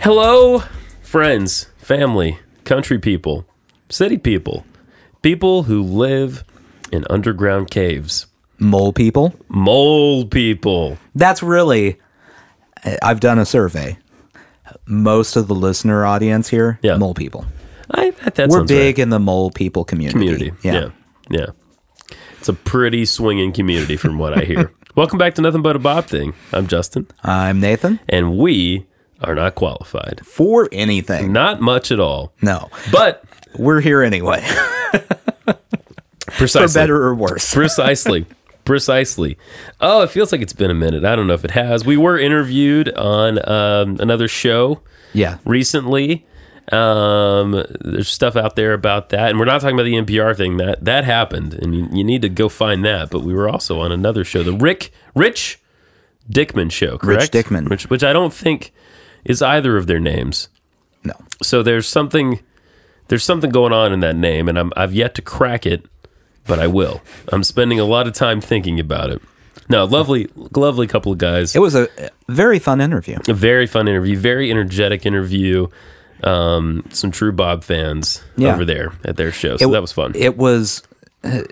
Hello, friends, family, country people, city people, people who live in underground caves, Mole people. mole people. That's really, I've done a survey. Most of the listener audience here, Yeah. mole people. I, that, that We're sounds big in the mole people community. right. community. Yeah. yeah, It's a pretty swinging community, from what I hear. Welcome back to Nothing But a Bob Thing. I'm Justin, I'm Nathan. and we are not qualified, For anything. not much at all, No. but We're here anyway, for precisely better or worse. precisely precisely oh it feels like it's been a minute i don't know if it has we were interviewed on um, another show Yeah. recently um, there's stuff out there about that and we're not talking about the npr thing that that happened and you, you need to go find that but we were also on another show the rick rich dickman show correct Dickman. which, which i don't think is either of their names No. so there's something there's something going on in that name, and I'm, I've yet to crack it, but I will. I'm spending a lot of time thinking about it. No, lovely, lovely couple of guys. It was a very fun interview. a very fun interview, very energetic interview. Um, some true Bob fans Yeah. over there at their show, so that was fun. It was,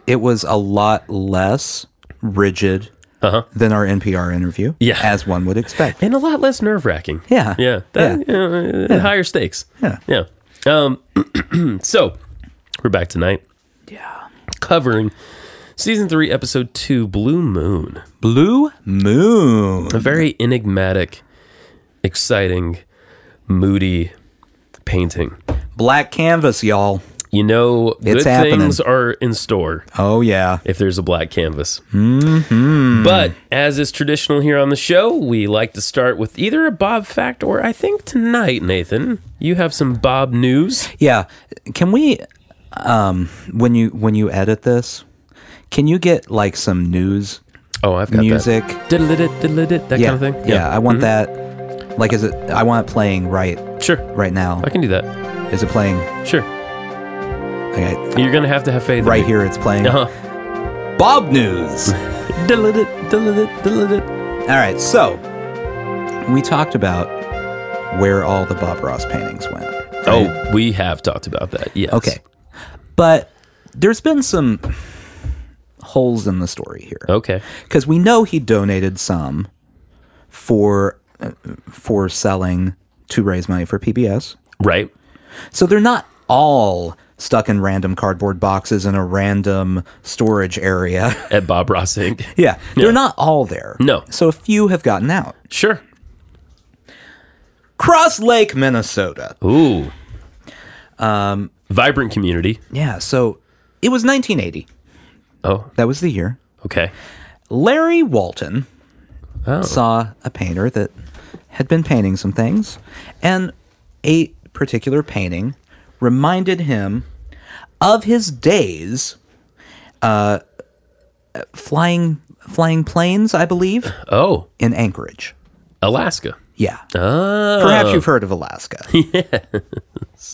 it was a lot less rigid than our NPR interview, Uh-huh. Yeah. as one would expect. and a lot less nerve wracking. Yeah. yeah, That- uh, higher stakes. Yeah. yeah. Um, so we're back tonight. Yeah, covering season three, episode two, Blue Moon. Blue Moon. a very enigmatic, exciting, moody painting. Black canvas, y'all. You know, good It's happening. things are in store Oh, yeah. if there's a black canvas. Mm-hmm. But as is traditional here on the show, we like to start with either a Bob fact or I think tonight, Nathan, you have some Bob news. Yeah. Can we um when you when you edit this, can you get like some news Oh, I've got music? that. Diddle-diddle, diddle-diddle, that Yeah. kind of thing. Mm-hmm. Yeah, I want that like is it I want it playing right Sure. right now. I can do that. Is it playing Sure. okay You're going to have to have faith. in right me. here it's playing Uh-huh. Bob News. Diddle-diddle, diddle-diddle, diddle-diddle. all right, so we talked about where all the Bob Ross paintings went. Oh, we have talked about that. Yes. Okay. But there's been some holes in the story here. Okay. because we know he donated some for uh, for selling to raise money for PBS. Right. So they're not all stuck in random cardboard boxes in a random storage area. At Bob Ross Inc. yeah, they're not all there. No. So a few have gotten out. Sure. Cross Lake, Minnesota. Ooh. Um, Um, Vibrant community. Yeah, so it was 1980. Oh, That was the year. okay. Larry Walton Oh. saw a painter that had been painting some things, and a particular painting reminded him of his days uh, flying flying planes, I believe, Oh, in Anchorage. Alaska. Yeah, Oh. perhaps you've heard of Alaska. Yes. Um,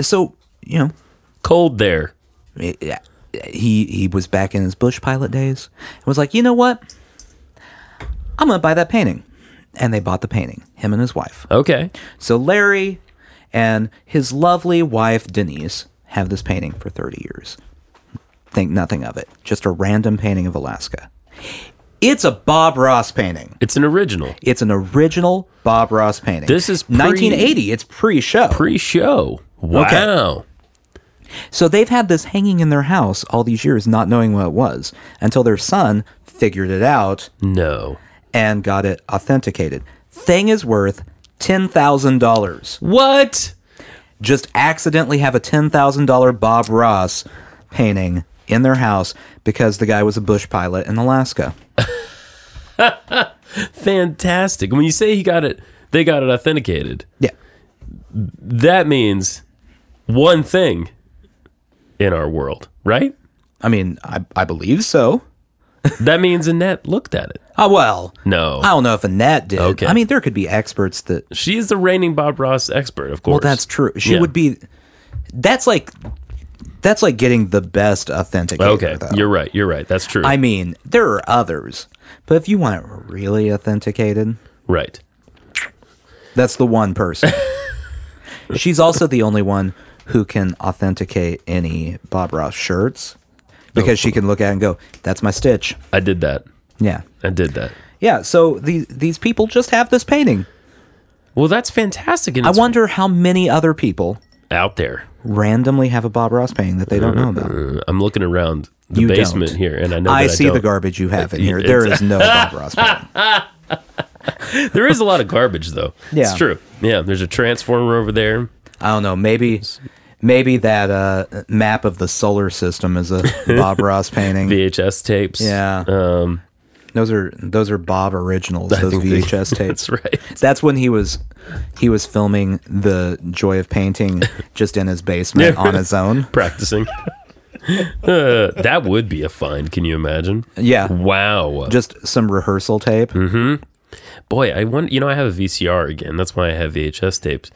so you know, Cold there. he he was back in his bush pilot days and was like, you know what? I'm gonna buy that painting. And they bought the painting, him and his wife. Okay. So Larry and his lovely wife Denise have this painting for 30 years. Think nothing of it. Just a random painting of Alaska. It's a Bob Ross painting. It's an original It's an original Bob Ross painting. This is pre- 1980. It's pre-show. pre show. Wow. So they've had this hanging in their house all these years, not knowing what it was, until their son figured it out No. and got it authenticated. Thing is worth $10,000. What? Just accidentally have a $10,000 Bob Ross painting in their house because the guy was a bush pilot in Alaska. Fantastic. When you say he got it, they got it authenticated. Yeah. That means one thing in our world, right? I mean, I, I believe so. That means Annette looked at it. Ah, well, No. I don't know if Annette did. Okay. I mean, there could be experts that She is the reigning Bob Ross expert, of course. Well, that's true. She Yeah. would be. That's like, that's like getting the best authenticator. Okay, though. you're right. You're right. That's true. I mean, there are others, but if you want it really authenticated, right. That's the one person. She's also the only one who can authenticate any Bob Ross shirts because Oh. she can look at it and go, "That's my Stitch." I did that. Yeah, I did that. yeah. So these these people just have this painting. Well, that's fantastic. And I it's wonder how many other people out there. randomly have a Bob Ross painting that they don't know about. Uh, I'm looking around the You basement don't. here, and I know I that see the don't. garbage you have in here. There is no Bob Ross painting. There is a lot of garbage, though. Yeah. it's true. Yeah, there's a transformer over there. I don't know. Maybe maybe that uh, map of the solar system is a Bob Ross painting. VHS tapes. Yeah. um, Those are those are Bob originals. Those think they- VHS tapes. that's right. That's when he was he was filming the joy of painting just in his basement on his own. Practicing. Uh, that would be a find. Can you imagine? Yeah, Wow. Mm-hmm. just some rehearsal tape. boy, I wonder. You know, I have a VCR again. That's why I have VHS tapes,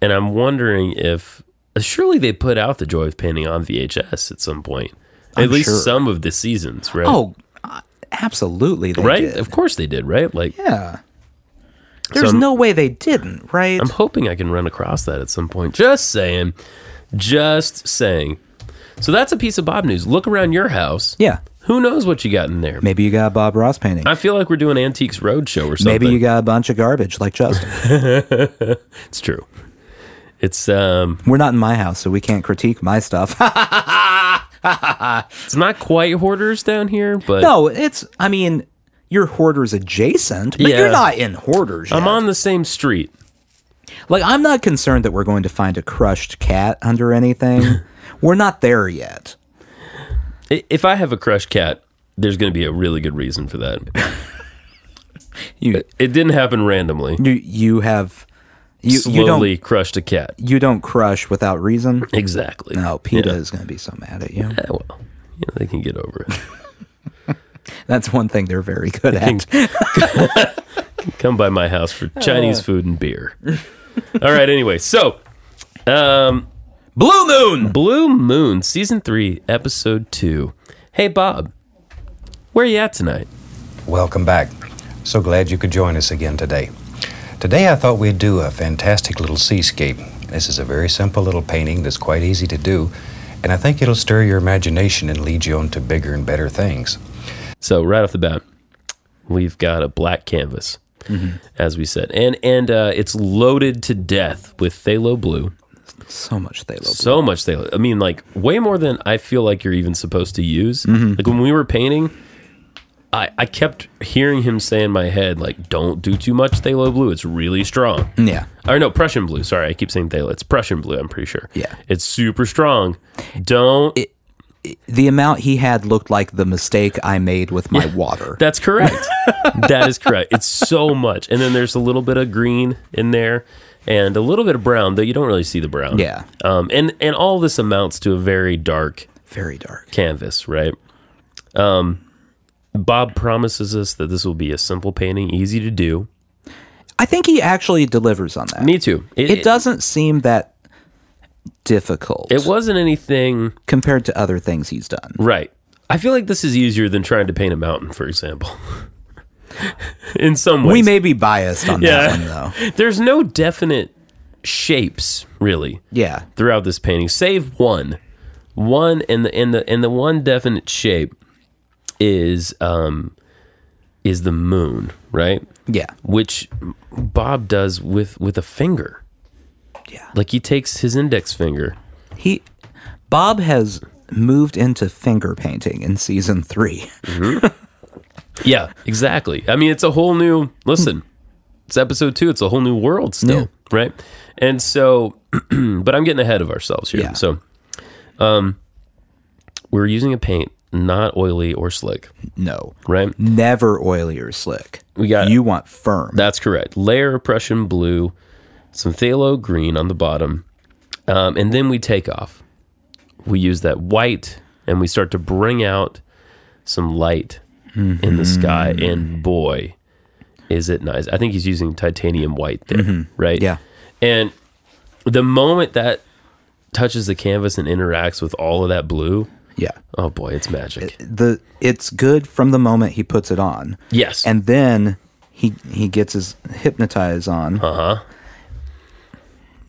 and I'm wondering if surely they put out the Joy of Painting on VHS at some point. at least sure. some of the seasons, right? Oh, uh, absolutely, they right. did. Of course they did, right? Like, Yeah, there's I'm- no way they didn't. Right? I'm hoping I can run across that at some point. Just saying, just saying. So that's a piece of Bob news. Look around your house. yeah. Who knows what you got in there? Maybe you got a Bob Ross painting. I feel like we're doing Antiques Roadshow or something. Maybe you got a bunch of garbage like Justin. It's true. It's um, We're not in my house, so we can't critique my stuff. it's not quite hoarders down here, but no, it's. I mean, you're hoarders adjacent, but Yeah. you're not in hoarders. I'm yet. on the same street. Like, I'm not concerned that we're going to find a crushed cat under anything. we're not there yet. I- If I have a crushed cat, there's going to be a really good reason for that. You, It didn't happen randomly. you, you have, you, you Slowly don't, crushed a cat. you don't crush without reason. Exactly. No, PETA Yeah. is going to be so mad at you. Eh, well, you know, they can get over it. That's one thing they're very good at. Come by my house for Oh. Chinese food and beer. All right. Anyway, so um, Blue Moon. Blue Moon, season three, episode two. Hey Bob, where you at tonight? Welcome back. So glad you could join us again today. Today I thought we'd do a fantastic little seascape. This is a very simple little painting that's quite easy to do, and I think it'll stir your imagination and lead you on to bigger and better things. So right off the bat, we've got a black canvas, Mm-hmm. as we said, and and uh, it's loaded to death with phthalo blue. So much they love. So much phthalo. I mean, like way more than I feel like you're even supposed to use. Mm-hmm. Like when we were painting. I, I kept hearing him say in my head, like, don't do too much phthalo blue. It's really strong. Yeah. Or no, Prussian blue. Sorry, I keep saying thalo. It's Prussian blue. I'm pretty sure. Yeah. it's super strong. Don't. The amount he had looked like the mistake I made with my water. that's correct. that is correct. It's so much, and then there's a little bit of green in there, and a little bit of brown, though you don't really see the brown. Yeah. Um. And and all this amounts to a very dark Very dark. canvas, right? Um, Bob promises us that this will be a simple painting, easy to do. I think he actually delivers on that. Me too. it doesn't seem that difficult It wasn't anything compared to other things he's done. Right. I feel like this is easier than trying to paint a mountain, for example. In some ways, We may be biased on Yeah. that one, though. there's no definite shapes really Yeah. throughout this painting, save one. One and the and the and the one definite shape is um is the moon, right? Yeah. Which Bob does with with a finger. Yeah. Like he takes his index finger. He, Bob has moved into finger painting in season three. Yeah, exactly. I mean, it's a whole new listen. It's episode two. It's a whole new world still, Yeah. right? And so, but I'm getting ahead of ourselves here. Yeah. So, um, we're using a paint not oily or slick, No, right? never oily or slick. We got it. you want firm. That's correct. Layer of Prussian blue, some phthalo green on the bottom, um, and then we take off. We use that white, and we start to bring out some light in the sky. And boy, is it nice! I think he's using titanium white there, right? Yeah. And the moment that touches the canvas and interacts with all of that blue, yeah. oh boy, it's magic. The it's good from the moment he puts it on, yes, Uh-huh. and then he he gets his hypnotize on. Uh huh.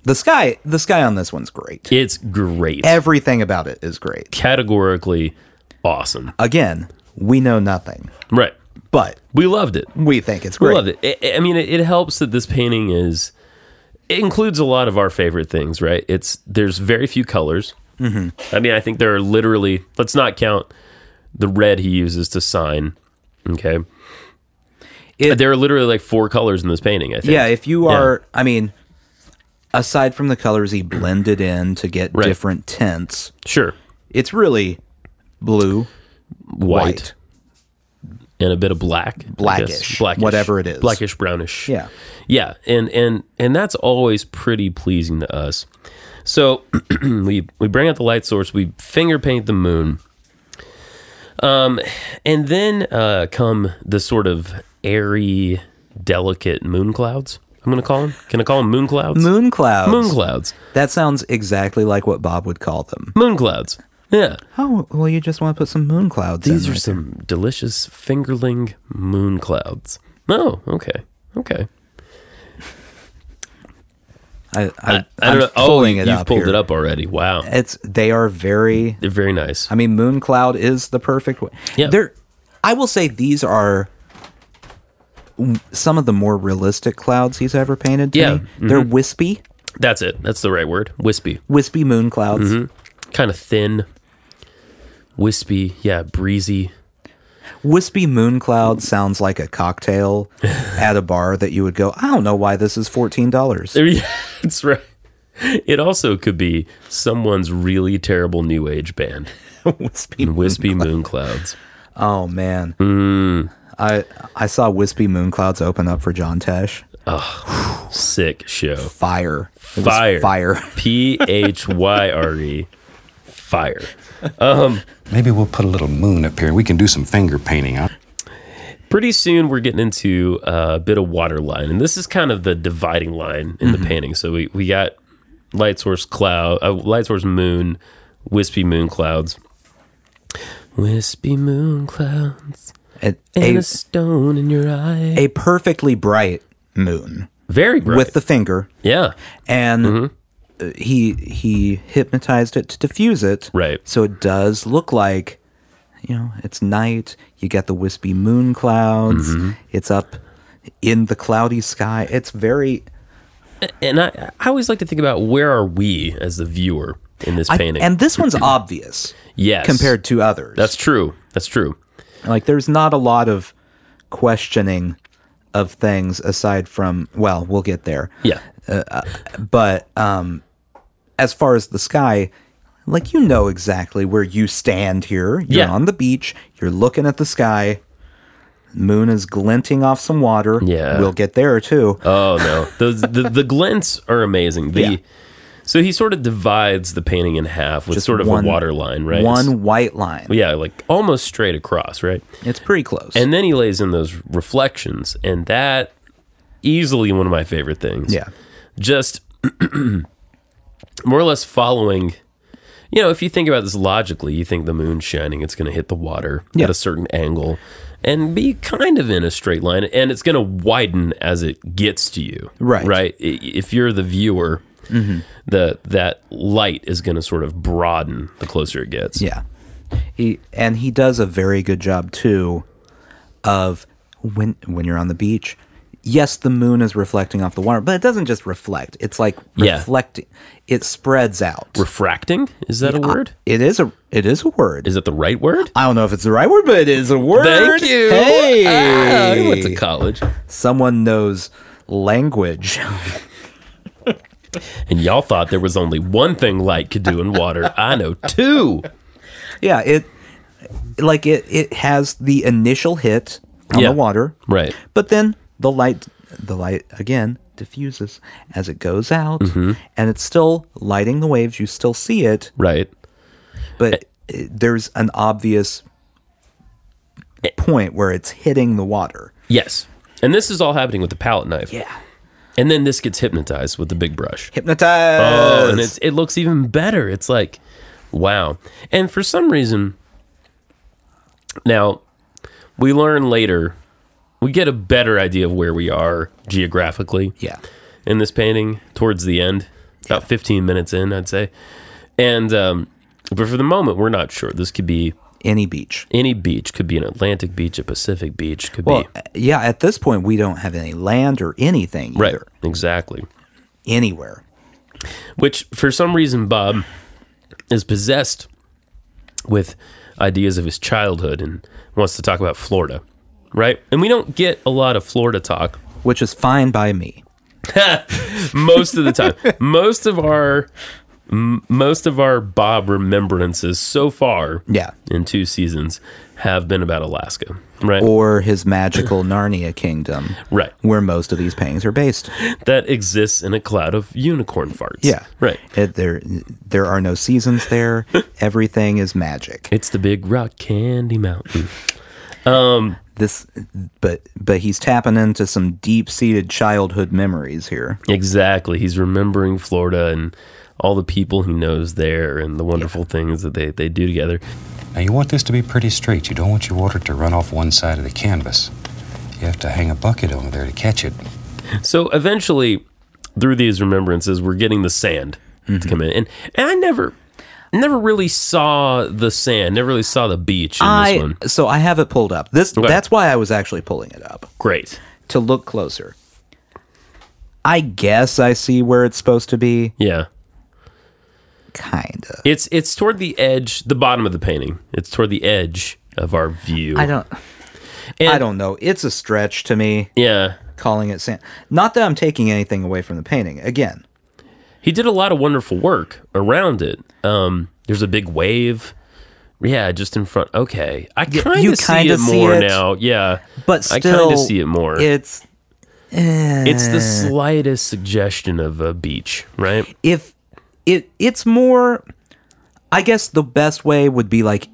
The sky, the sky on this one's great. It's great. Everything about it is great. Categorically awesome. Again, we know nothing, Right. but We loved it. we think it's We great. loved it. I- I, I mean, it, it helps that this painting is. It includes a lot of our favorite things, right? It's there's very few colors. Mm-hmm. I mean, I think there are literally. Let's not count the red he uses to sign. Okay, It- there are literally like four colors in this painting. I think. Yeah, if you are, I mean, aside from the colors he blended in to get Right. different tints, sure, it's really blue, white, and a bit of black, I guess. Blackish, blackish, whatever it is. blackish, brownish. Yeah. yeah, and and and that's always pretty pleasing to us. So we we bring out the light source, we finger paint the moon, um, and then uh, come the sort of airy, delicate moon clouds. I'm going to call them. Can I call them moon clouds? moon clouds. moon clouds. That sounds exactly like what Bob would call them. Moon clouds. Yeah. Oh, well, you just want to put some moon clouds These in. are right? some delicious fingerling moon clouds. Oh, okay. Okay. I, I, I don't am know. Oh, Pulling you, it you've up pulled here. it up already. Wow. It's they are very. They're very nice. I mean, moon cloud is the perfect way. Yeah. They're. I will say these are w- some of the more realistic clouds he's ever painted. To Yeah, Mm-hmm. me. they're wispy, That's it. That's the right word. Wispy. wispy moon clouds. Mm-hmm. Kind of thin. Wispy. Yeah, breezy. Wispy moon cloud sounds like a cocktail at a bar that you would go. I don't know why this is fourteen dollars. There you- That's right. It also could be someone's really terrible new age band. wispy. Wispy moon clouds. Oh man. Mm. I I saw wispy moon clouds open up for John Tesh. Sick show. Fire. It was Fire. Fire. P H Y R E. Fire. Maybe we'll put a little moon up here. We can do some finger painting. Huh? pretty soon we're getting into a bit of water line and this is kind of the dividing line in Mm-hmm. the painting so we, we got light source cloud uh, light source moon wispy moon clouds wispy moon clouds And and a, a stone in your eye a perfectly bright moon very bright with the finger, yeah and Mm-hmm. uh, he he hypnotized it to diffuse it. Right. So it does look like, you know, it's night. You get the wispy moon clouds. Mm-hmm. It's up in the cloudy sky. It's very. and I, I always like to think about where are we as the viewer in this I, painting and this one's obvious yes compared to others. that's true that's true Like there's not a lot of questioning of things aside from well, we'll get there. yeah But um as far as the sky, like you know exactly where you stand here. You're Yeah. on the beach, you're looking at the sky. Moon is glinting off some water. Yeah. We'll get there too. Oh no, those the, the glints are amazing. The Yeah. so he sort of divides the painting in half with sort of one- a water line, right? One white line. yeah, like almost straight across, right? It's pretty close. And then he lays in those reflections, and that easily one of my favorite things. yeah. just more or less following. You know, if you think about this logically, you think the moon's shining, it's going to hit the water Yeah. at a certain angle and be kind of in a straight line, and it's going to widen as it gets to you. Right. Mm-hmm. Right. I- If you're the viewer, the that light is going to sort of broaden the closer it gets. Yeah. He and he does a very good job too of when when you're on the beach. Yes, the moon is reflecting off the water, but it doesn't just reflect. It's like Yeah. reflecting. It spreads out. Refracting is that a word? It is a it is a word. Is that the right word? I don't know if it's the right word, but it is a word. Thank you. Hey, Ah, I went to college, someone knows language. and y'all thought there was only one thing light could do in water. I know two. yeah, it like it it has the initial hit on Yeah. the water, Right. But then the light, the light again diffuses as it goes out, Mm-hmm. and it's still lighting the waves. You still see it, Right. Eh. but uh, there's an obvious Eh. point where it's hitting the water. Yes. And this is all happening with the palette knife. Yeah, And then this gets hypnotized with the big brush. hypnotize. Oh, and it's, it looks even better. It's like, wow. And for some reason, now we learn later, we get a better idea of where we are geographically yeah, in this painting towards the end. about 15 minutes in, I'd say. And, um, but for the moment, we're not sure. This could be Any beach. any beach, could be an Atlantic beach, a Pacific beach, could Well, be. yeah, at this point, we don't have any land or anything either. Right. Exactly. Anywhere. Which, for some reason, Bob is possessed with ideas of his childhood and wants to talk about Florida, right? And we don't get a lot of Florida talk Which is fine by me. most of the time. most of our m- most of our Bob remembrances so far, Yeah. in two seasons, have been about Alaska, right? Or his magical Narnia kingdom, right. where most of these paintings are based. That exists in a cloud of unicorn farts. Yeah. right. It, there, there are no seasons there. Everything is magic. It's the big rock candy mountain. This, but but he's tapping into some deep-seated childhood memories here. Exactly. He's remembering Florida and all the people he knows there and the wonderful things that they, they do together. Now, you want this to be pretty straight. You don't want your water to run off one side of the canvas. You have to hang a bucket over there to catch it. So eventually, through these remembrances, we're getting the sand Mm-hmm. to come in. And, and I never never really saw the sand, never really saw the beach in this I one. so I have it pulled up. This Okay. that's why I was actually pulling it up Great. to look closer. I guess I see where it's supposed to be, Yeah. kinda. It's it's toward the edge, the bottom of the painting. It's toward the edge of our view. I don't. I And- don't know. It's a stretch to me Yeah. calling it sand. Not that I'm taking anything away from the painting. Again, he did a lot of wonderful work around it. Um, there's a big wave. Yeah, just in front. Okay, I kind you of see kinda it see more it, now. Yeah, but I still, kind of see it more. It's it's the slightest suggestion of a beach, right? if it it's more. I guess the best way would be like.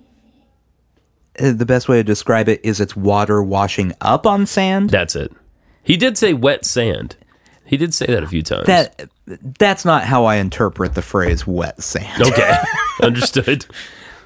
uh, The best way to describe it is it's water washing up on sand. That's it. He did say wet sand. He did say that a few times. That that's not how I interpret the phrase wet sand. okay, understood.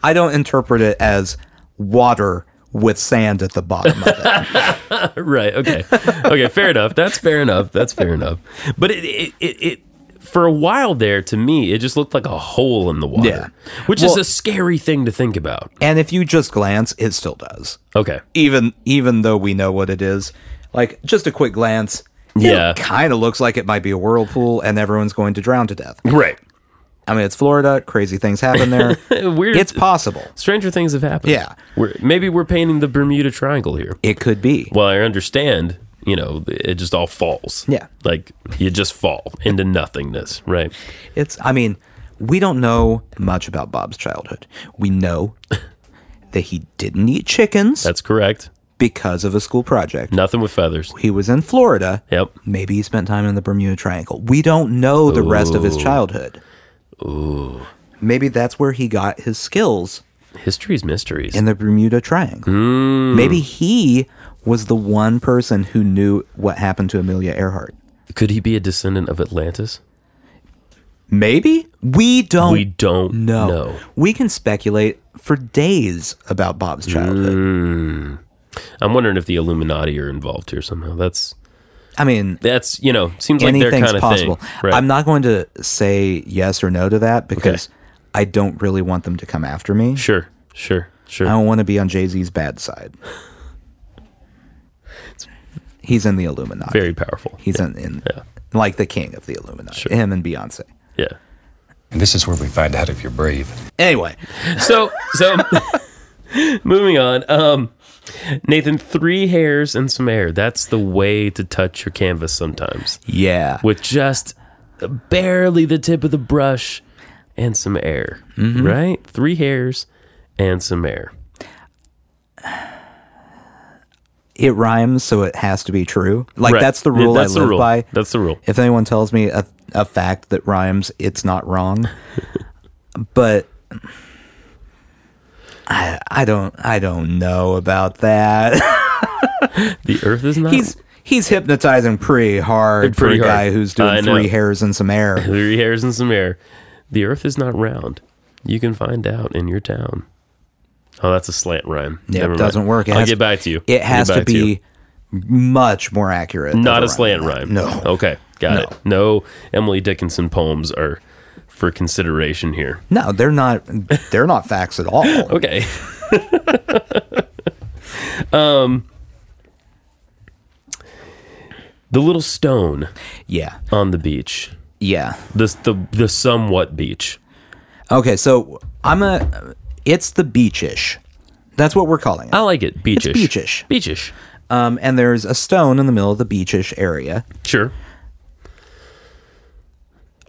I don't interpret it as water with sand at the bottom of it. right. Okay. Okay. Fair enough. That's fair enough. That's fair enough. But it, it, it, it for a while there, to me, it just looked like a hole in the water, Yeah. which is Well- a scary thing to think about. And if you just glance, it still does. Okay. Even even though we know what it is, like just a quick glance, Yeah. kind of looks like it might be a whirlpool and everyone's going to drown to death. Right. I mean, it's Florida, crazy things happen there. Weird. it's possible. Stranger things have happened. Yeah. We're, maybe we're painting the Bermuda Triangle here. It could be. Well, I understand. You know, it just all falls. Yeah. Like you just fall into nothingness. Right. It's I mean, we don't know much about Bob's childhood. We know that he didn't eat chickens That's correct. because of a school project. Nothing with feathers. He was in Florida. Yep. Maybe he spent time in the Bermuda Triangle. We don't know the rest of his childhood. Ooh. Maybe that's where he got his skills History's mysteries. in the Bermuda Triangle. Hmm. Maybe he was the one person who knew what happened to Amelia Earhart. Could he be a descendant of Atlantis? Maybe we don't We don't know. know. We can speculate for days about Hmm. Bob's childhood. I'm wondering if the Illuminati are involved here somehow. That's I mean, that's you know seems like their anything's kind of possible. thing. Right. I'm not going to say yes or no to that because I don't really want them to come after me. sure. Sure. Sure. I don't want to be on Jay Z's bad side. He's in the Illuminati. Very powerful. He's in, in like the king of the Illuminati. Him and Beyonce. Yeah. And this is where we find out if you're brave. Anyway, So so moving on. Um Nathan, three hairs and some air. That's the way to touch your canvas sometimes. yeah, With just barely the tip of the brush and some air. Mm-hmm. Right? Three hairs and some air. it rhymes, so it has to be true. Like Right. that's the Yeah, rule that's the I live rule. by. That's the rule. if anyone tells me a, a fact that rhymes, it's not wrong. but I, I don't I don't know about that. The earth is not he's he's hypnotizing pretty hard Pretty for a hard. guy who's I doing know. three hairs and some air. three hairs and some air. The earth is not round. You can find out in your town. Oh, that's a slant rhyme. Yeah, Never it mind. doesn't work. It I'll has- get back to you. I'll It get has to back you. be much more accurate. than not the a slant rhyme. No. Okay. Got it. No Emily Dickinson poems are for consideration here. No, they're not. They're not facts at all. Okay. um, Um, the little stone Yeah, on the beach. yeah. The the the somewhat beach. Okay, so I'm a. It's the beachish. That's what we're calling it. I like it. Oh, Beachish. beachish. Beachish. Um, and there's a stone in the middle of the beachish area. Sure.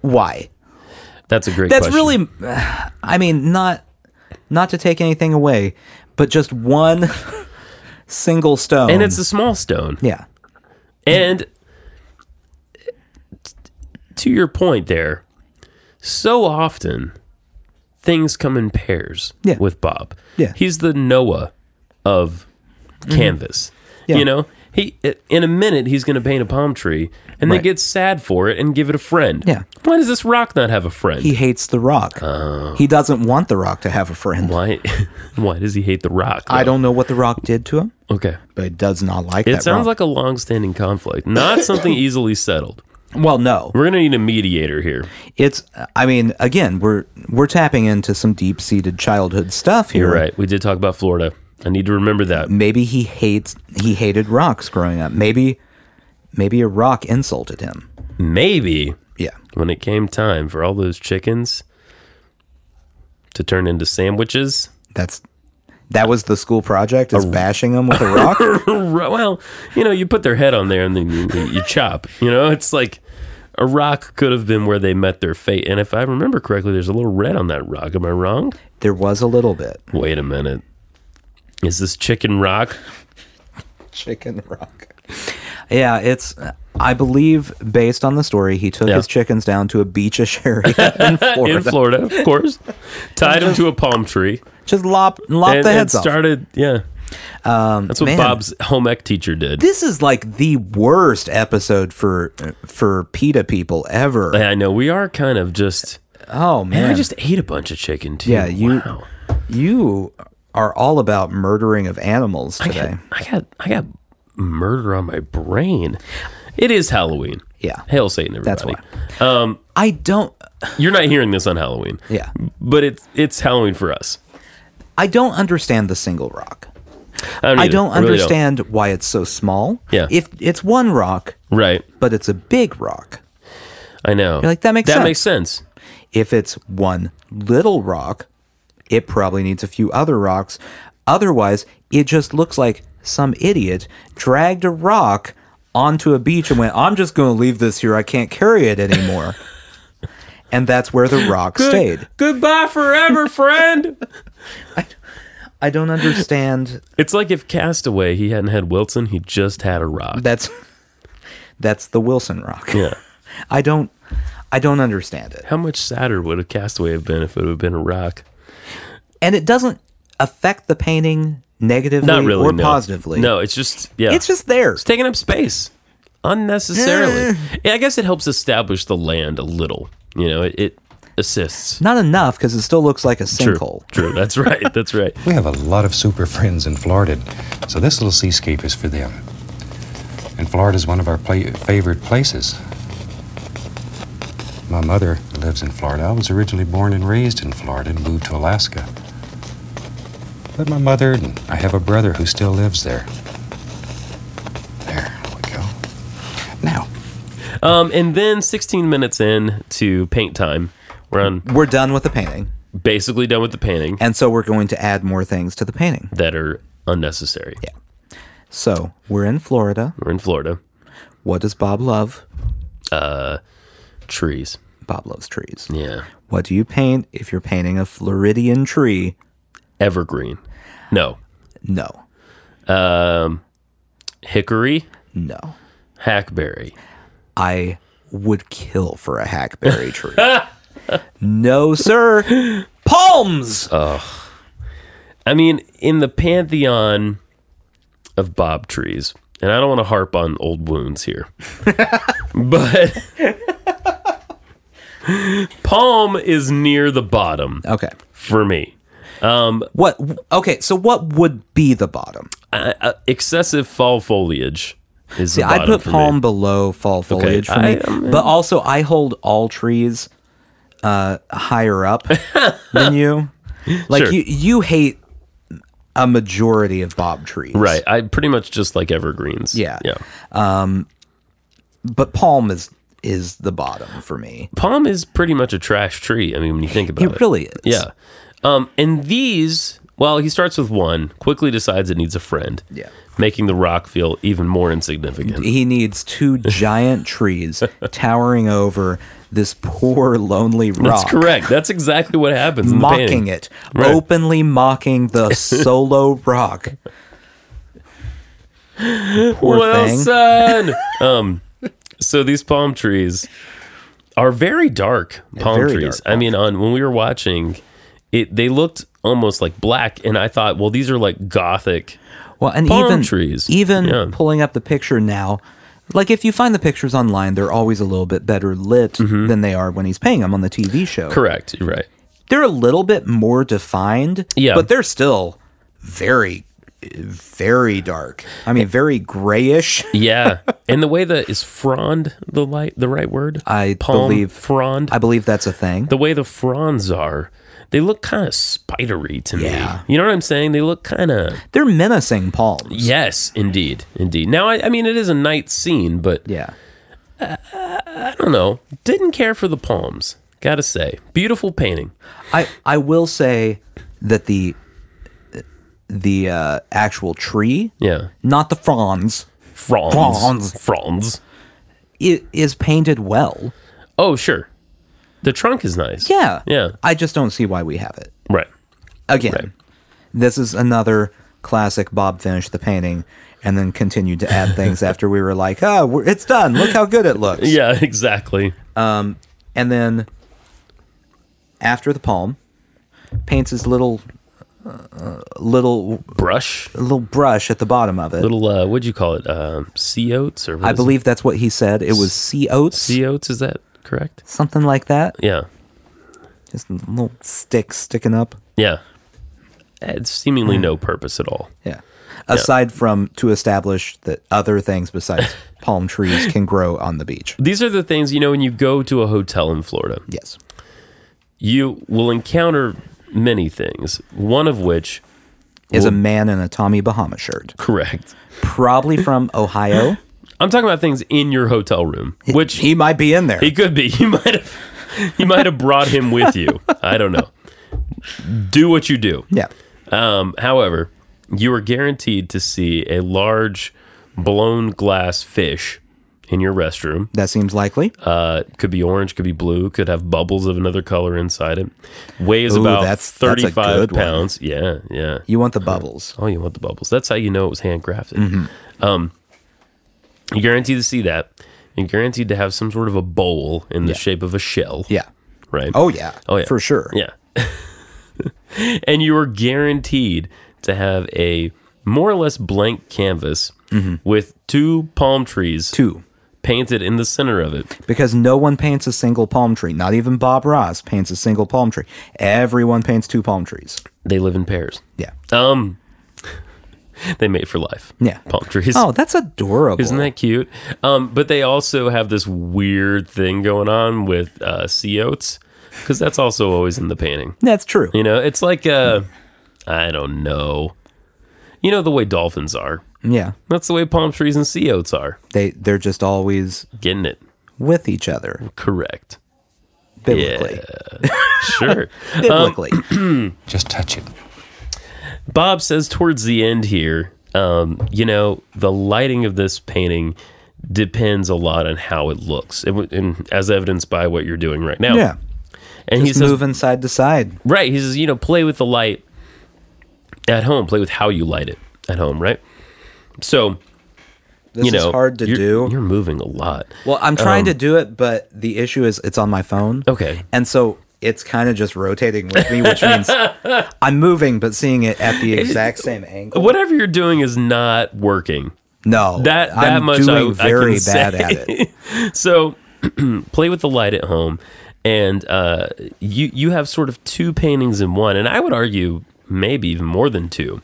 Why? That's a great. That's question. really. I mean, not not to take anything away, but just one single stone. and it's a small stone. yeah, And t- to your point there, so often things come in pairs Yeah. with Bob. Yeah. Mm-hmm. He's the Noah of canvas. Yeah. You know, he in a minute he's going to paint a palm tree and then Right. get sad for it and give it a friend. Yeah. Why does this rock not have a friend? he hates the rock. Oh. he doesn't want the rock to have a friend. why why does he hate the rock? I though? don't know what the rock did to him, Okay. but it does not like It that. sounds rock. like a long-standing conflict, not something easily settled. well, no, We're going to need a mediator here. it's. I mean, again, we're we're tapping into some deep seated childhood stuff here. You're right. We did talk about Florida. I need to remember that. Maybe he hates he hated rocks growing up. Maybe maybe a rock insulted him. Maybe Yeah. when it came time for all those chickens to turn into sandwiches. That's that was the school project is bashing him with a rock. well, you know, you put their head on there and then you, you chop. You know, it's like a rock could have been where they met their fate. And if I remember correctly, there's a little red on that rock. Am I wrong? there was a little bit Wait a minute. Is this chicken rock? chicken rock. Yeah, it's I believe based on the story he took Yeah. his chickens down to a beachish area in Florida. In Florida, of course. Tied him to a palm tree Just lop lop and, the and heads off. Um, started. Yeah, that's what man. Bob's home ec teacher did. This is like the worst episode for for PETA people ever. Yeah, I know. We are kind of just. Oh man. And I just ate a bunch of chicken too. Yeah, you- Wow. You are all about murdering of animals I today. got, I got, I got murder on my brain. It is Halloween. Yeah. Hail Satan, everybody. That's I don't You're not hearing this on Halloween. Yeah. But it's it's Halloween for us. I don't understand the single rock. I don't, I either. don't really understand why it's so small. Yeah. If it's one rock, Right. but it's a big rock. I know. like, that makes That sense. makes sense. If it's one little rock, it probably needs a few other rocks. Otherwise, it just looks like some idiot dragged a rock onto a beach and went, I'm just going to leave this here. I can't carry it anymore. and that's where the rock stayed. Goodbye forever, friend. I don't understand it's like if Castaway, he hadn't had Wilson, he just had a rock. That's that's the Wilson Rock. yeah. I don't I don't understand it. How much sadder would a Castaway have been if it would have been a rock? And it doesn't affect the painting negatively Not really. or no. positively. No, it's just yeah. It's just there. It's taking up space unnecessarily. Eh. Yeah, I guess it helps establish the land a little. You know, it, it assists. Not enough because it still looks like a True. sinkhole. True. That's right. That's right. We have a lot of super friends in Florida, so this little seascape is for them. And Florida is one of our pla favorite places. My mother lives in Florida. I was originally born and raised in Florida and moved to Alaska. But my mother and I have a brother who still lives there. There we go. Now, Um, and then 16 minutes in to paint time, we're on We're done with the painting, basically done with the painting and so we're going to add more things to the painting. that are unnecessary. Yeah. So we're in Florida. We're in Florida. What does Bob love? Trees. Bob loves trees. Yeah. What do you paint if you're painting a Floridian tree? Evergreen. No. No, Hickory. no. Hackberry. I would kill for a hackberry tree. no, sir. Palms. Uh. I mean, in the pantheon of Bob trees, and I don't want to harp on old wounds here, but palm is near the bottom okay. for me. What? Okay. So, what would be the bottom? Uh, uh, excessive fall foliage Is See, the I bottom put for me. palm below fall foliage for I- me, I mean- but also I hold all trees uh, higher up than you. Like Sure. you, you hate a majority of bob trees, Right. I pretty much just like evergreens. Yeah. Yeah. But palm is is the bottom for me. Palm is pretty much a trash tree. I mean, when you think about it. It really is. Yeah. Um, and these, well, he starts with one, quickly decides it needs a friend. Yeah. Making the rock feel even more insignificant. He needs two giant trees towering over this poor lonely rock. That's correct. That's exactly what happens. In the mocking painting. it, Right. openly mocking the solo rock. Poor thing. Wilson. um, so these palm trees are very dark palm very trees. dark I mean, on when we were watching, it they looked almost like black, and I thought, well, these are like gothic. Well, and Palm even trees. even Yeah. pulling up the picture now, like if you find the pictures online, they're always a little bit better lit Mm-hmm. than they are when he's painting them on the TV show. Correct. You're right. They're a little bit more defined, Yeah. but they're still very, very dark. I mean, very grayish. Yeah, and the way that is frond the light the right word. I palm believe- frond. I believe that's a thing. the way the fronds are, they look kind of spidery to Yeah. me. You know what I'm saying? They look kind of They're menacing palms. yes, indeed, indeed. Now, I, I mean, it is a night scene, but Yeah. I don't know. Didn't care for the palms. Gotta say, beautiful painting. I I will say that the the uh, actual tree, Yeah, not the fronds, fronds, Fronds. fronds. i- is painted well. Oh, sure. The trunk is nice. Yeah. yeah. I just don't see why we have it. Right. Again, Right. this is another classic Bob finished the painting and then continued to add things after we were like, oh, we're, it's done. Look how good it looks. Yeah, exactly. And then after the palm, paints his little uh, little Brush. little brush at the bottom of it. Little. Uh, what'd you call it? Um, sea oats or what I is it? believe that's what he said. It was sea oats, sea oats. Is that correct? something like that. Yeah. Just little sticks sticking up. Yeah. Eh, It's Hmm. seemingly no purpose at all. Yeah. Aside from to establish that other things besides palm trees can grow on the beach. These are the things, you know, when you go to a hotel in Florida, Yes. you will encounter many things, one of which, Is a man in a Tommy Bahama shirt, correct. probably from Ohio. I'm talking about things in your hotel room, which He might be in there. He could be. You might have. You might have brought him with you. I don't know. Do what you do. yeah. Um, however, you are guaranteed to see a large blown glass fish in your restroom. That seems likely. Uh, it could be orange, could be blue, could have bubbles of another color inside it. Weighs Ooh, about that's- that's a 35 good one. pounds. Yeah, yeah. You want the bubbles. Oh, you want the bubbles. That's how you know it was handcrafted. Um, Mm-hmm. you're guaranteed to see that. You're guaranteed to have some sort of a bowl in the shape of a shell. Yeah. Right. Oh yeah. Oh, yeah. For sure. Yeah. and you are guaranteed to have a more or less blank canvas with two palm trees Mm-hmm. Two. painted in the center of it. Because no one paints a single palm tree. Not even Bob Ross paints a single palm tree. Everyone paints two palm trees. They live in pairs. Yeah. Um they mate for life. Yeah. Palm trees. Oh, that's adorable. Isn't that cute? Um, but they also have this weird thing going on with uh, sea oats because that's also always in the painting. That's true. You know, it's like uh, I don't know. You know the way dolphins are. Yeah. That's the way palm trees and sea oats are. They they're just always Getting it with each other correct. biblically. Sure. Um, Biblically. Just touch it. Bob says towards the end here, um, you know, the lighting of this painting depends a lot on how it looks, It w- and as evidenced by what you're doing right now. yeah. And oh. he Just says, moving side to side. right, he says, you know, play with the light at home, play with how you light it at home, right? So, This you know, is hard to you're- do. You're moving a lot. well, I'm trying to do it, but the issue is it's on my phone. Okay. And so it's kind of just rotating with me, which means I'm moving but seeing it at the exact same angle. Whatever you're doing is not working. No. That- that I'm much I- doing I can very bad say. at it. So play with the light at home, and uh, you you have sort of two paintings in one, and I would argue maybe even more than two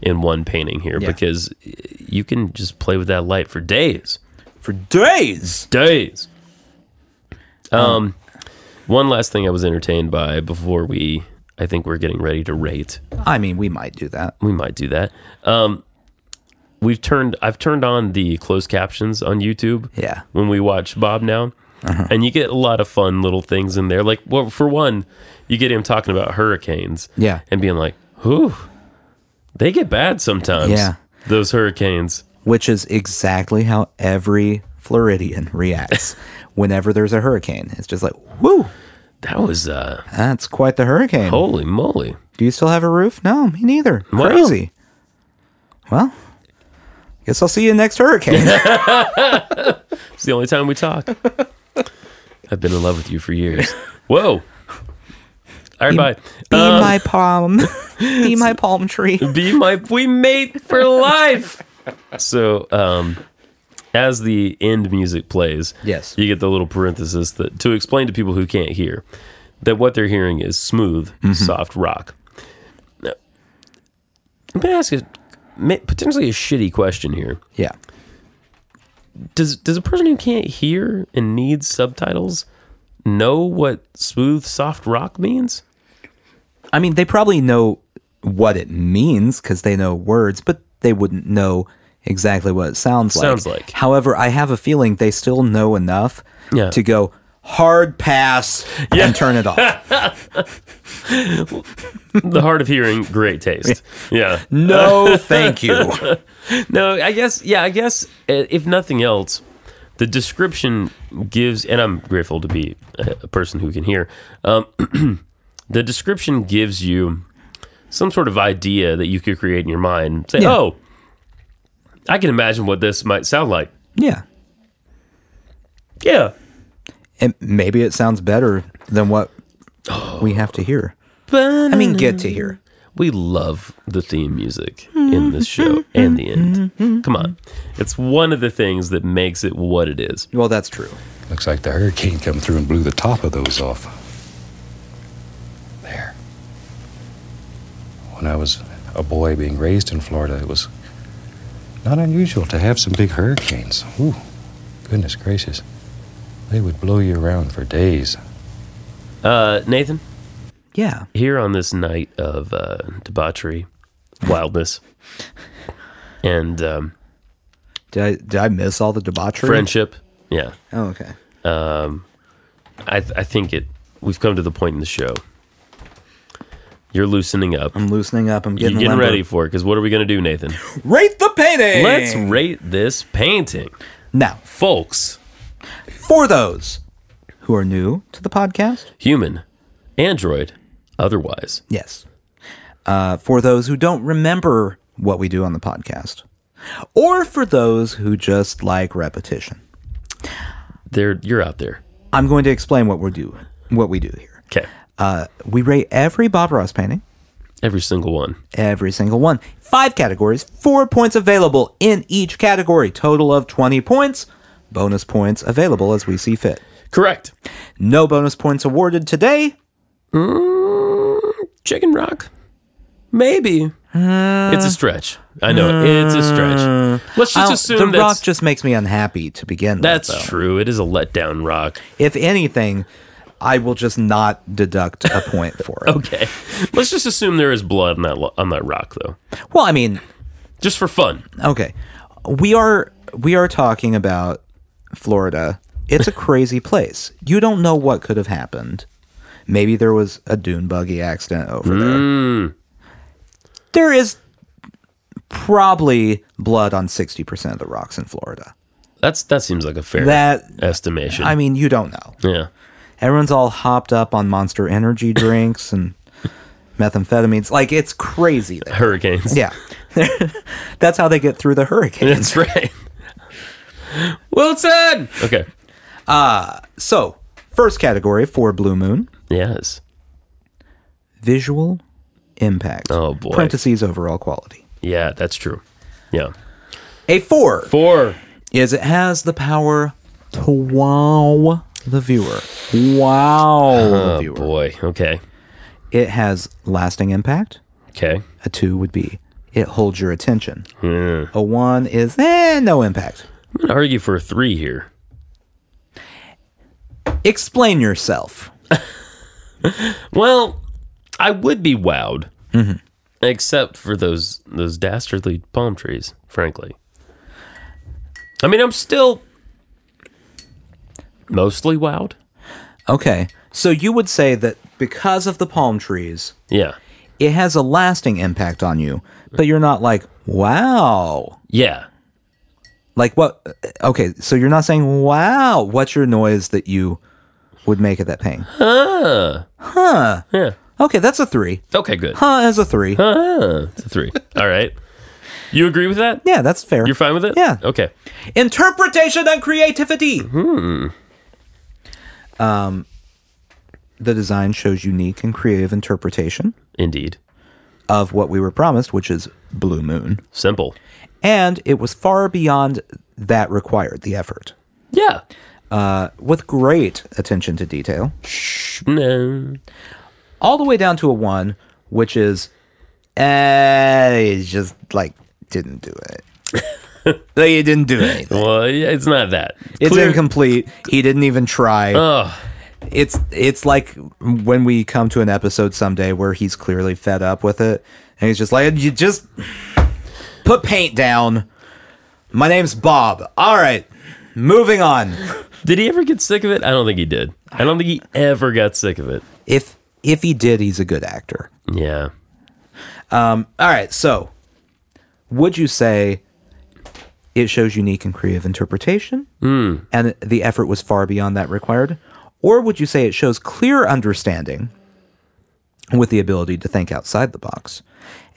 in one painting here Yeah. because you can just play with that light for days. for days. days. Um, one last thing I was entertained by before we, I think we're getting ready to rate. I mean, we might do that. We might do that. Um, we've turned, I've turned on the closed captions on YouTube. Yeah. Uh-huh. When we watch Bob now, and you get a lot of fun little things in there. Like, well, for one, you get him talking about hurricanes. Yeah. And being like, "Whew, they get bad sometimes." Yeah. Those hurricanes. which is exactly how every Floridian reacts whenever there's a hurricane. It's just like, woo, That was uh, that's quite the hurricane. holy moly. Do you still have a roof? No, me neither. Wow. Crazy. Well, guess I'll see you next hurricane. It's the only time we talk. I've been in love with you for years. Whoa. All right, bye. Be Um, my palm. Be my palm tree. be my we mate for life. So, um, as the end music plays, Yes. you get the little parenthesis that to explain to people who can't hear that what they're hearing is smooth, soft rock. Now, I'm gonna ask a ma- potentially a shitty question here. Yeah. does does a person who can't hear and needs subtitles know what smooth soft rock means? I mean, they probably know what it means because they know words, but they wouldn't know exactly what it sounds like. Sounds like. However, I have a feeling they still know enough Yeah. to go hard pass and turn it off. The hard of hearing, great taste. Yeah. no, thank you. No, I guess yeah, I guess uh, if nothing else, the description gives and I'm grateful to be a a person who can hear. Um, the description gives you some sort of idea that you could create in your mind. Say, Yeah. "Oh, I can imagine what this might sound like." Yeah. Yeah. And maybe it sounds better than what we have to hear. I mean, get to hear. We love the theme music in this show and the end. Come on. It's one of the things that makes it what it is. Well, that's true. Looks like the hurricane come through and blew the top of those off. There. When I was a boy being raised in Florida, it was not unusual to have some big hurricanes. Ooh, goodness gracious. They would blow you around for days. Uh, Nathan, Yeah. here on this night of uh, debauchery, wildness, and um, Did I, did I miss all the debauchery? friendship, yeah, Oh, okay. I, I think it. we've come to the point in the show. You're loosening up. I'm loosening up. I'm You're getting, getting limber. ready for it because what are we going to do, Nathan? Rate the painting. Let's rate this painting. now. Folks, for those who are new to the podcast. human, android, otherwise. Yes. Uh, for those who don't remember what we do on the podcast, or for those who just like repetition, There, you're out there. I'm going to explain what we do. What we do here. Okay. Uh, we rate every Bob Ross painting, Every single one. every single one. Five categories, four points available in each category, total of 20 points. Bonus points available as we see fit. Correct. No bonus points awarded today. Chicken Rock? Maybe. Uh, it's a stretch. I know. it's a stretch. Let's I just don't- assume uh, the rock that's, just makes me unhappy to begin that's with. though. true. It is a letdown rock. If anything, I will just not deduct a point for it. Okay. Let's just assume there is blood on that, lo- on that rock, though. Well, I mean, Just for fun. okay. We are we are talking about Florida. It's a crazy place. You don't know what could have happened. Maybe there was a dune buggy accident over there. There is probably blood on 60% of the rocks in Florida. That's That seems like a fair That estimation. I mean, you don't know. yeah. Everyone's all hopped up on monster energy drinks and methamphetamines. Like it's crazy there. Hurricanes. Yeah. That's how they get through the hurricane. That's right. Wilson! Okay. So, first category for Blue Moon Yes. visual impact. Oh, boy. Parentheses overall quality. Yeah, that's true. Yeah. A four Four. is it has the power to wow the viewer. Wow Oh, the viewer. Boy. Okay. It has lasting impact. Okay. A two would be it holds your attention. Yeah. A one is eh, no impact. I'm gonna argue for a three here. Explain yourself. Well, I would be wowed, except for those those dastardly palm trees. Frankly, I mean, I'm still mostly wowed. Okay, so you would say that because of the palm trees, Yeah, it has a lasting impact on you, but you're not like, wow. yeah. Like what? uh, Okay, so you're not saying, wow. What's your noise that you would make at that pain? Yeah. Okay, that's a three. Okay, good. Huh, as a three. Ah, it's a three. All right. You agree with that? Yeah, that's fair. You're fine with it? Yeah. Okay. Interpretation and creativity. Um, Hmm. the design shows unique and creative interpretation Indeed. of what we were promised, which is Blue Moon. Simple. And it was far beyond that required, the effort. Uh, Yeah. With great attention to detail, No. all the way down to a one, which is, eh, it just like didn't do it. like, he didn't do anything. Well, yeah, it's not that. It's Clear- Uh. incomplete. He didn't even try. Ugh. it's it's like when we come to an episode someday where he's clearly fed up with it and he's just like you just put paint down my name's bob all right moving on Did he ever get sick of it? I don't think he did. I don't think he ever got sick of it. if if he did he's a good actor Yeah. all right so would you say it shows unique and creative interpretation and the effort was far beyond that required or would you say it shows clear understanding with the ability to think outside the box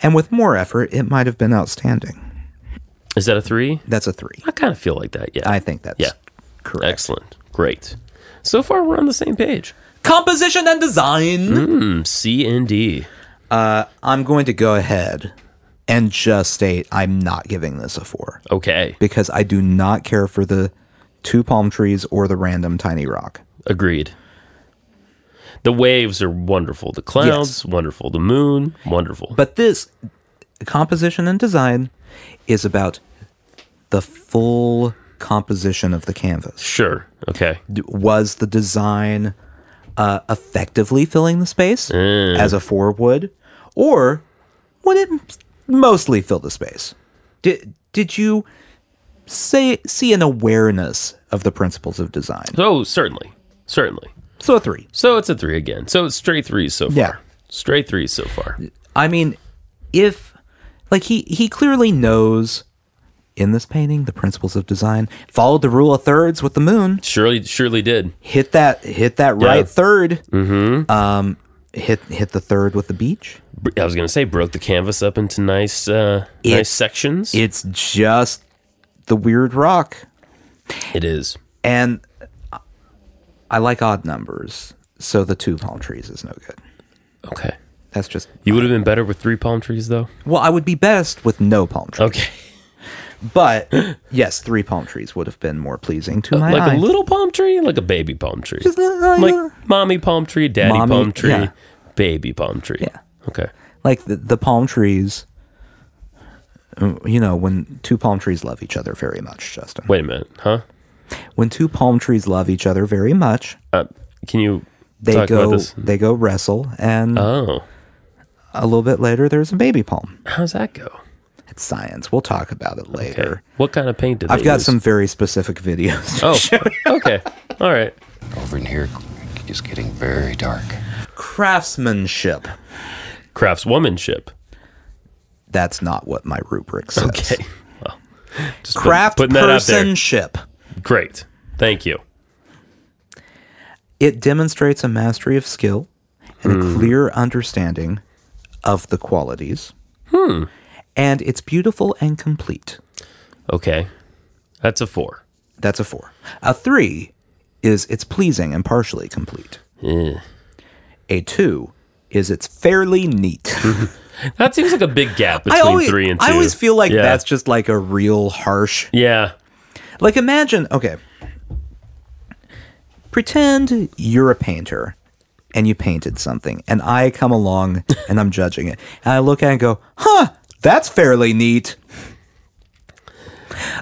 and with more effort it might have been outstanding Is that a three? that's a three I kind of feel like that. Yeah. i think that's Yeah. correct Excellent. Great. So far, we're on the same page. composition and design Mm, C and D. i'm going to go ahead and just state i'm not giving this a four Okay. because i do not care for the two palm trees or the random tiny rock Agreed. The waves are wonderful. The clouds, wonderful. The moon, wonderful. But this composition and design is about the full composition of the canvas. sure. Okay. D- Was the design uh, effectively filling the space as a four would, or would it m- mostly fill the space? Did did you say see an awareness of the principles of design? So certainly, certainly. So a three. So it's a three again. So it's straight threes so far. Yeah. Straight threes so far. I mean, if like he he clearly knows in this painting the principles of design, followed the rule of thirds with the moon, Surely, surely did. hit that hit that Yeah. right 3rd Mm-hmm. Um, hit hit the third with the beach. Br- I was gonna say broke the canvas up into nice, uh, nice sections. It's just the weird rock, it is. and I- I like odd numbers, so the two palm trees is no good. Okay. That's just You would have been better with three palm trees, though. well, I would be best with no palm tree, Okay. but yes, three palm trees would have been more pleasing to my Uh, like eye. a little palm tree, like a baby palm tree. Just uh, li- like like a- mommy palm tree, daddy Mommy- palm tree, yeah. baby palm tree. Yeah. Okay. like the, the palm trees uh, you know when two palm trees love each other very much justin Wait a minute, huh? when two palm trees love each other very much Uh, can you they talk go about this? they go wrestle and Oh, a little bit later there's a baby palm how's that go? it's science we'll talk about it later Okay. What kind of paint did i've they got use? some very specific videos to Oh, show. okay. All right. Over in here, it's getting very dark. craftsmanship Craftswomanship. that's not what my rubric says Okay. Well, just put- craft putting that out there. personship Great. Thank you. It demonstrates a mastery of skill and Hmm. a clear understanding of the qualities. Hmm. And it's beautiful and complete. Okay. That's a four. That's a four. A three is it's pleasing and partially complete. Eh. A two is it's fairly neat. That seems like a big gap between I always, three and two. I always feel like Yeah. that's just like a real harsh. Yeah. Like imagine, okay. Pretend you're a painter and you painted something and I come along and I'm judging it. And I look at it and go, "Huh, that's fairly neat.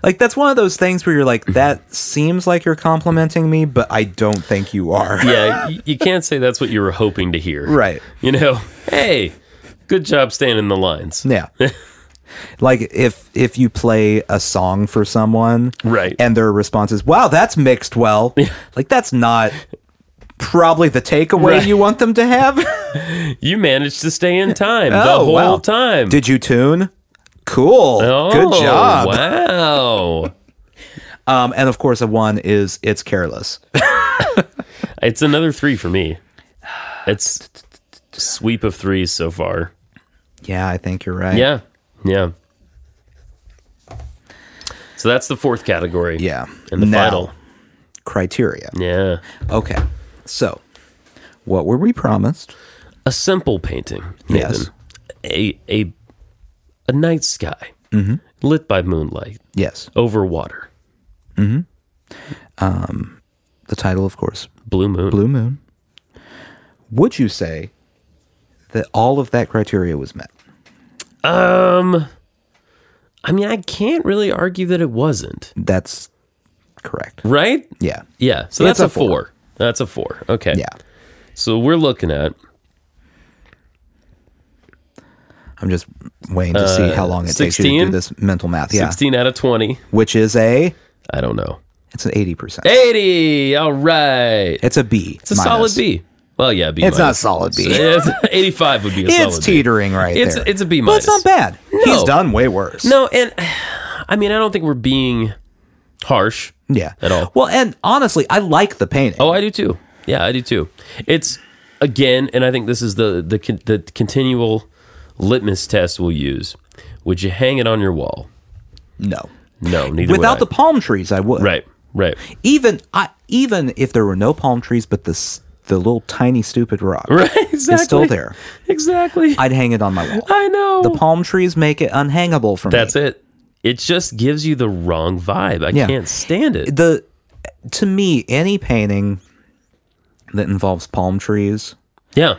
Like that's one of those things where you're like, that seems like you're complimenting me, but I don't think you are. Yeah, y- you can't say that's what you were hoping to hear. Right. You know, hey, good job standing the lines. Yeah. like if if you play a song for someone Right. and their response is wow that's mixed well like that's not probably the takeaway Right. you want them to have You managed to stay in time the Oh, whole wow. time. did you tune cool oh, good job Wow. um and of course a one is it's careless It's another three for me. It's sweep of threes so far. yeah i think you're right Yeah. Yeah. So that's the fourth category. yeah And the Now, final. criteria Yeah. okay so what were we promised A simple painting. Nathan. Yes. A a a night sky Mm-hmm. lit by moonlight yes over water. the title of course Blue moon. blue moon would you say that all of that criteria was met I mean, I can't really argue that it wasn't. that's correct Right? yeah Yeah. So that's It's a a, four. four. That's a four. Okay. yeah So we're looking at i'm just waiting to see Uh, how long it takes you to 16? do this mental math yeah 16 out of 20. which is a I don't know. it's an 80% 80. All right. it's a b It's a solid B. Well, yeah, B. it's not a minus. solid b It's, 85 would be a solid it's B. teetering right It's- there it's a B but it's not minus. bad he's No. done way worse No, and I mean, I don't think we're being harsh. yeah At all. well and honestly i like the painting Oh, I do too. Yeah, I do too. It's again, and I think this is the the con- the continual litmus test we'll use. Would you hang it on your wall? no No, neither. without the would I. palm trees i would right, right, even I, even if there were no palm trees, but the s- the little tiny stupid rock right. Exactly. is still there, Exactly. I, I'd hang it on my wall. know. The palm trees make it unhangable for That's me. it. It just gives you the wrong vibe. I Yeah. can't stand it. The to me, any painting that involves palm trees. Yeah.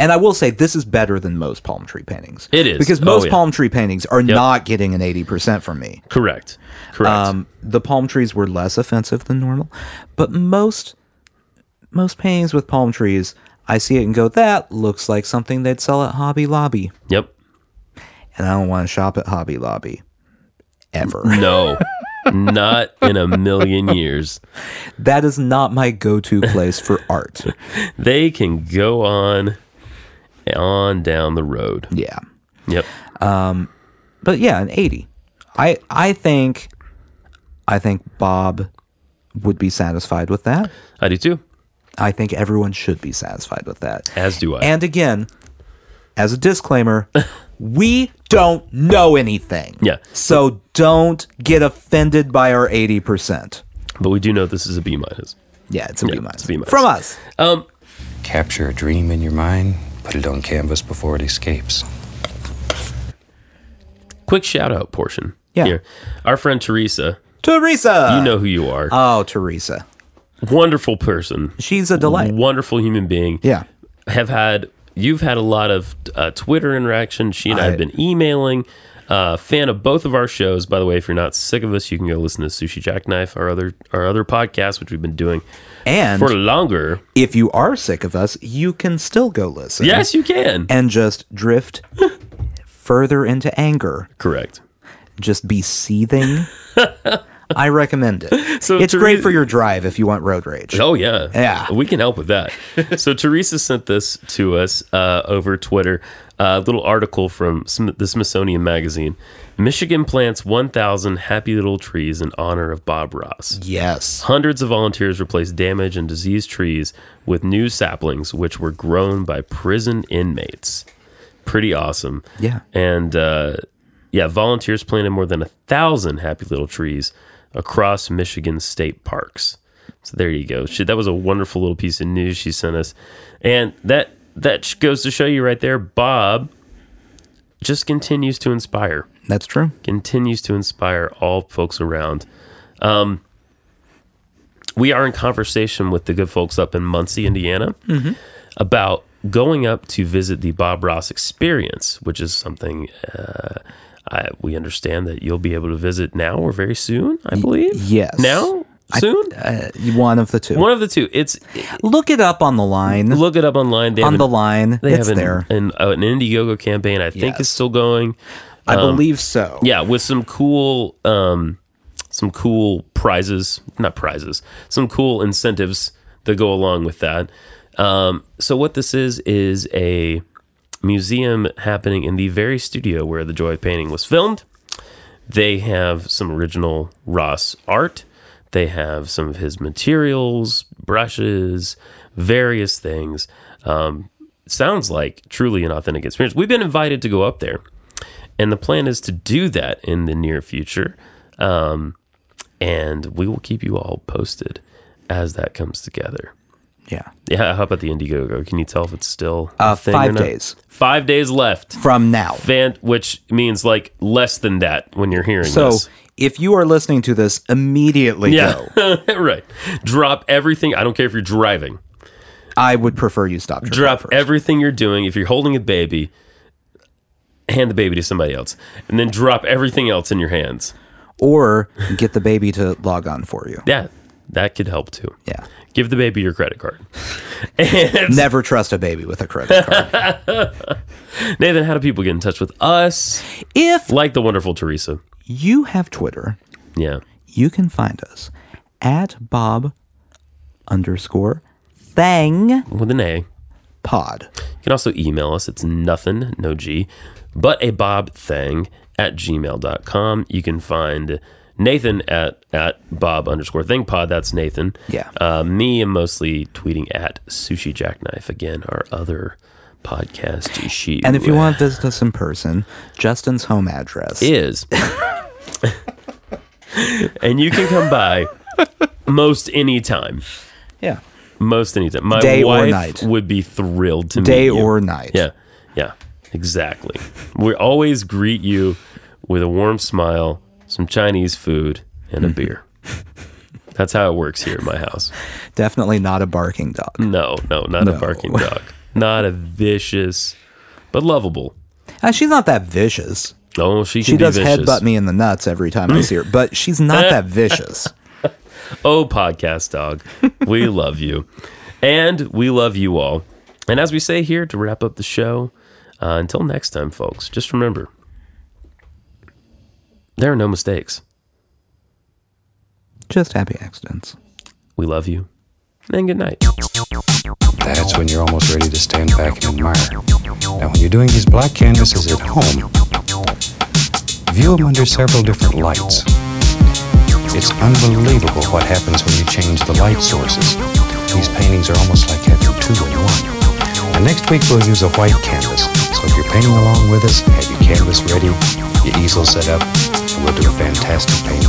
And I will say this is better than most palm tree paintings. It is. Because Oh, most yeah. palm tree paintings are not getting an 80% from me. Correct. Correct. Um, the palm trees were less offensive than normal, but most most paintings with palm trees, I see it and go, that looks like something they'd sell at Hobby Lobby, yep. and I don't want to shop at Hobby Lobby ever. No. Not in a million years. that is not my go-to place for art. They can go on on down the road. Yeah, Yep. but yeah, an eighty. I I think I think Bob would be satisfied with that. I do too. I think everyone should be satisfied with that. As do I. And again, as a disclaimer, we don't know anything. Yeah. So don't get offended by our 80%. but we do know this is a B minus. Yeah, it's a B minus. it's a B minus. From us. Um Capture a dream in your mind, put it on canvas before it escapes. quick shout out portion. Yeah. Here. Our friend Teresa, Teresa. you know who you are. Oh, Teresa. Wonderful person. She's a delight. Wonderful human being. Yeah. have had you've had a lot of uh, Twitter interaction. She and I, I- have been emailing. Uh, fan of both of our shows, by the way. If you're not sick of us, you can go listen to Sushi Jackknife, our other our other podcast, which we've been doing And for longer. if you are sick of us, you can still go listen. Yes, you can. And just drift further into anger. Correct. Just be seething. I recommend it. So it's great Teresa- for your drive if you want road rage. Oh yeah, Yeah. We can help with that. so Teresa sent this to us uh, over Twitter. uh, A little article from Sm- the Smithsonian Magazine. Michigan plants 1,000 happy little trees in honor of Bob Ross. Yes. Hundreds of volunteers replaced damaged and diseased trees with new saplings, which were grown by prison inmates. Pretty awesome. Yeah. And uh, yeah, volunteers planted more than a thousand happy little trees across Michigan state parks. So there you go. She, that was a wonderful little piece of news she sent us, and that that sh- goes to show you right there, Bob. Just continues to inspire That's true. continues to inspire all folks around. Um, Mm-hmm. we are in conversation with the good folks up in Muncie, Indiana, about going up to visit the Bob Ross Experience, which is something uh, I, we understand that you'll be able to visit now or very soon, I believe. yes. Now? I- Soon? Uh, one of the two. One of the two. It's Look it up on the line. look it up online. They have on an- the line. They It's have an, there. An, uh, an Indiegogo campaign. I think Yes. is still going. I believe so. Oh. Yeah, with some cool, um, some cool prizes, not prizes, some cool incentives that go along with that. Um, so what this is is a museum happening in the very studio where the Joy of Painting was filmed. They have some original Ross art. They have some of his materials, brushes, various things. Um, sounds like truly an authentic experience. We've been invited to go up there and the plan is to do that in the near future um, and we will keep you all posted as that comes together Yeah. yeah how about the indiegogo can you tell if it's still a Uh, thing or five not? days five days left from now. Fan, which means like less than that when you're hearing So this if you are listening to this, immediately yeah go. right drop everything i don't care if you're driving I would prefer you stop. your drop car first. everything you're doing if you're holding a baby hand the baby to somebody else and then drop everything else in your hands or get the baby to log on for you. yeah that could help too Yeah. give the baby your credit card. and Never trust a baby with a credit card. Nathan, how do people get in touch with us? if Like the wonderful Teresa. you have Twitter, Yeah. you can find us at Bob underscore Thang With an A. Pod. You can also email us. It's nothing, no G, but a Bob thing at gmail.com. You can find Nathan at, at Bob underscore thing pod. That's Nathan. Yeah. Uh, me, I'm mostly tweeting at Sushi Jackknife, again, our other podcast issue. And if you want to visit us in person, Justin's home address. is. and you can come by most anytime. yeah. Most anytime. My Day or wife night. would be thrilled to Day meet you. or night. Yeah. Yeah. Exactly. we always greet you with a warm smile, some Chinese food, and Mm-hmm. a beer. That's how it works here at my house. Definitely not a barking dog. No, no, not a No. barking dog. Not a vicious, but lovable. Uh, she's not that vicious. Oh, she can She be does vicious. headbutt me in the nuts every time I see her, but she's not that vicious. Oh, podcast dog, we love you. And we love you all. And as we say here to wrap up the show, uh, until next time, folks, just remember there are no mistakes. Just happy accidents. We love you. And good night. That's when you're almost ready to stand back and admire. Now, when you're doing these black canvases at home, view them under several different lights. It's unbelievable what happens when you change the light sources. These paintings are almost like having two in one. And next week we'll use a white canvas. So if you're painting along with us, have your canvas ready, your easel set up, and we'll do a fantastic painting.